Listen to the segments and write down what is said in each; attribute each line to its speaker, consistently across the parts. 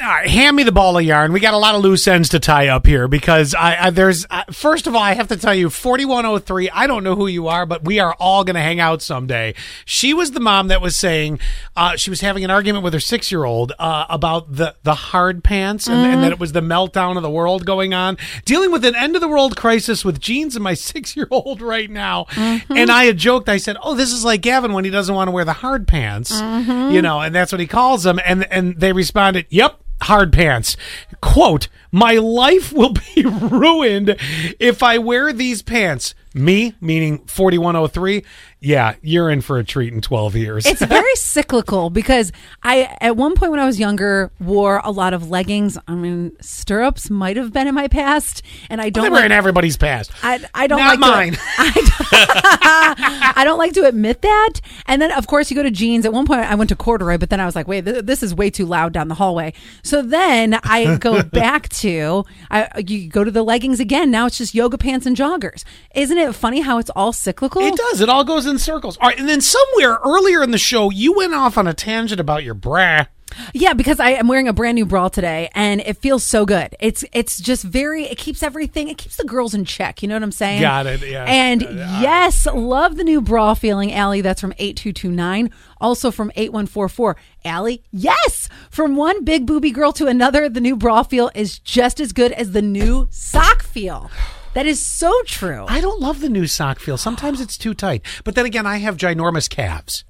Speaker 1: all right, hand me the ball of yarn. We got a lot of loose ends to tie up here because I, I there's uh, first of all, I have to tell you, forty one oh three. I don't know who you are, but we are all going to hang out someday. She was the mom that was saying uh, she was having an argument with her six year old uh, about the the hard pants and, and that it was the meltdown of the world going on, dealing with an end of the world crisis with jeans and my six year old right now. And I had joked, I said, "Oh, this is like Gavin when he doesn't want to wear the hard pants," you know, and that's what he calls them. And and they responded, "Yep." hard pants. Quote, my life will be ruined if I wear these pants. Me, meaning 4103. Yeah, you're in for a treat in 12 years.
Speaker 2: It's very cyclical because I, at one point when I was younger, wore a lot of leggings. I mean, stirrups might have been in my past, and I
Speaker 1: they
Speaker 2: don't
Speaker 1: were in
Speaker 2: like.
Speaker 1: everybody's past.
Speaker 2: I, I don't
Speaker 1: Not
Speaker 2: like
Speaker 1: mine.
Speaker 2: To, I, I don't like to admit that. And then, of course, you go to jeans. At one point, I went to corduroy, but then I was like, wait, th- this is way too loud down the hallway. So then I go back to I, you go to the leggings again. Now it's just yoga pants and joggers. Isn't it funny how it's all cyclical?
Speaker 1: It does. It all goes in circles. All right, and then somewhere earlier in the show, you went off on a tangent about your bra.
Speaker 2: Yeah, because I am wearing a brand new bra today, and it feels so good. It's it's just very. It keeps everything. It keeps the girls in check. You know what I'm saying?
Speaker 1: Got it, yeah.
Speaker 2: And
Speaker 1: Uh, I-
Speaker 2: yes, love the new bra feeling, Allie. That's from eight two two nine. Also from eight one four four. Allie, yes. From one big booby girl to another, the new bra feel is just as good as the new sock feel. That is so true.
Speaker 1: I don't love the new sock feel. Sometimes it's too tight. But then again, I have ginormous calves.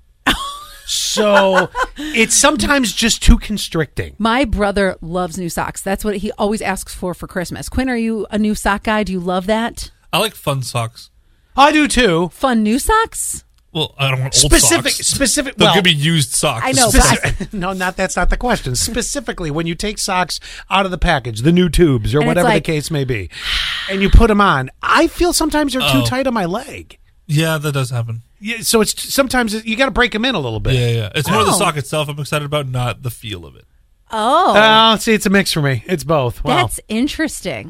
Speaker 1: so it's sometimes just too constricting.
Speaker 2: My brother loves new socks. That's what he always asks for for Christmas. Quinn, are you a new sock guy? Do you love that?
Speaker 3: I like fun socks.
Speaker 1: I do too.
Speaker 2: Fun new socks?
Speaker 3: Well, I don't want old
Speaker 1: Specific-
Speaker 3: socks.
Speaker 1: specific-
Speaker 3: They'll
Speaker 1: well-
Speaker 3: give me used socks.
Speaker 2: I know, but I-
Speaker 1: Speci- no, not that's not the question. Specifically, when you take socks out of the package, the new tubes or
Speaker 2: And it's
Speaker 1: whatever
Speaker 2: like-
Speaker 1: the case may be, and you put them on, I feel sometimes they're
Speaker 3: Oh.
Speaker 1: too tight on my leg.
Speaker 3: yeah, that does happen.
Speaker 1: Yeah, so it's sometimes it- you got to break them in a little bit.
Speaker 3: Yeah, yeah. It's more the
Speaker 2: Oh.
Speaker 3: sock itself I'm excited about, not the feel of it.
Speaker 2: Oh,
Speaker 1: Oh, see, it's a mix for me. It's both. Uh, Wow.
Speaker 2: that's interesting.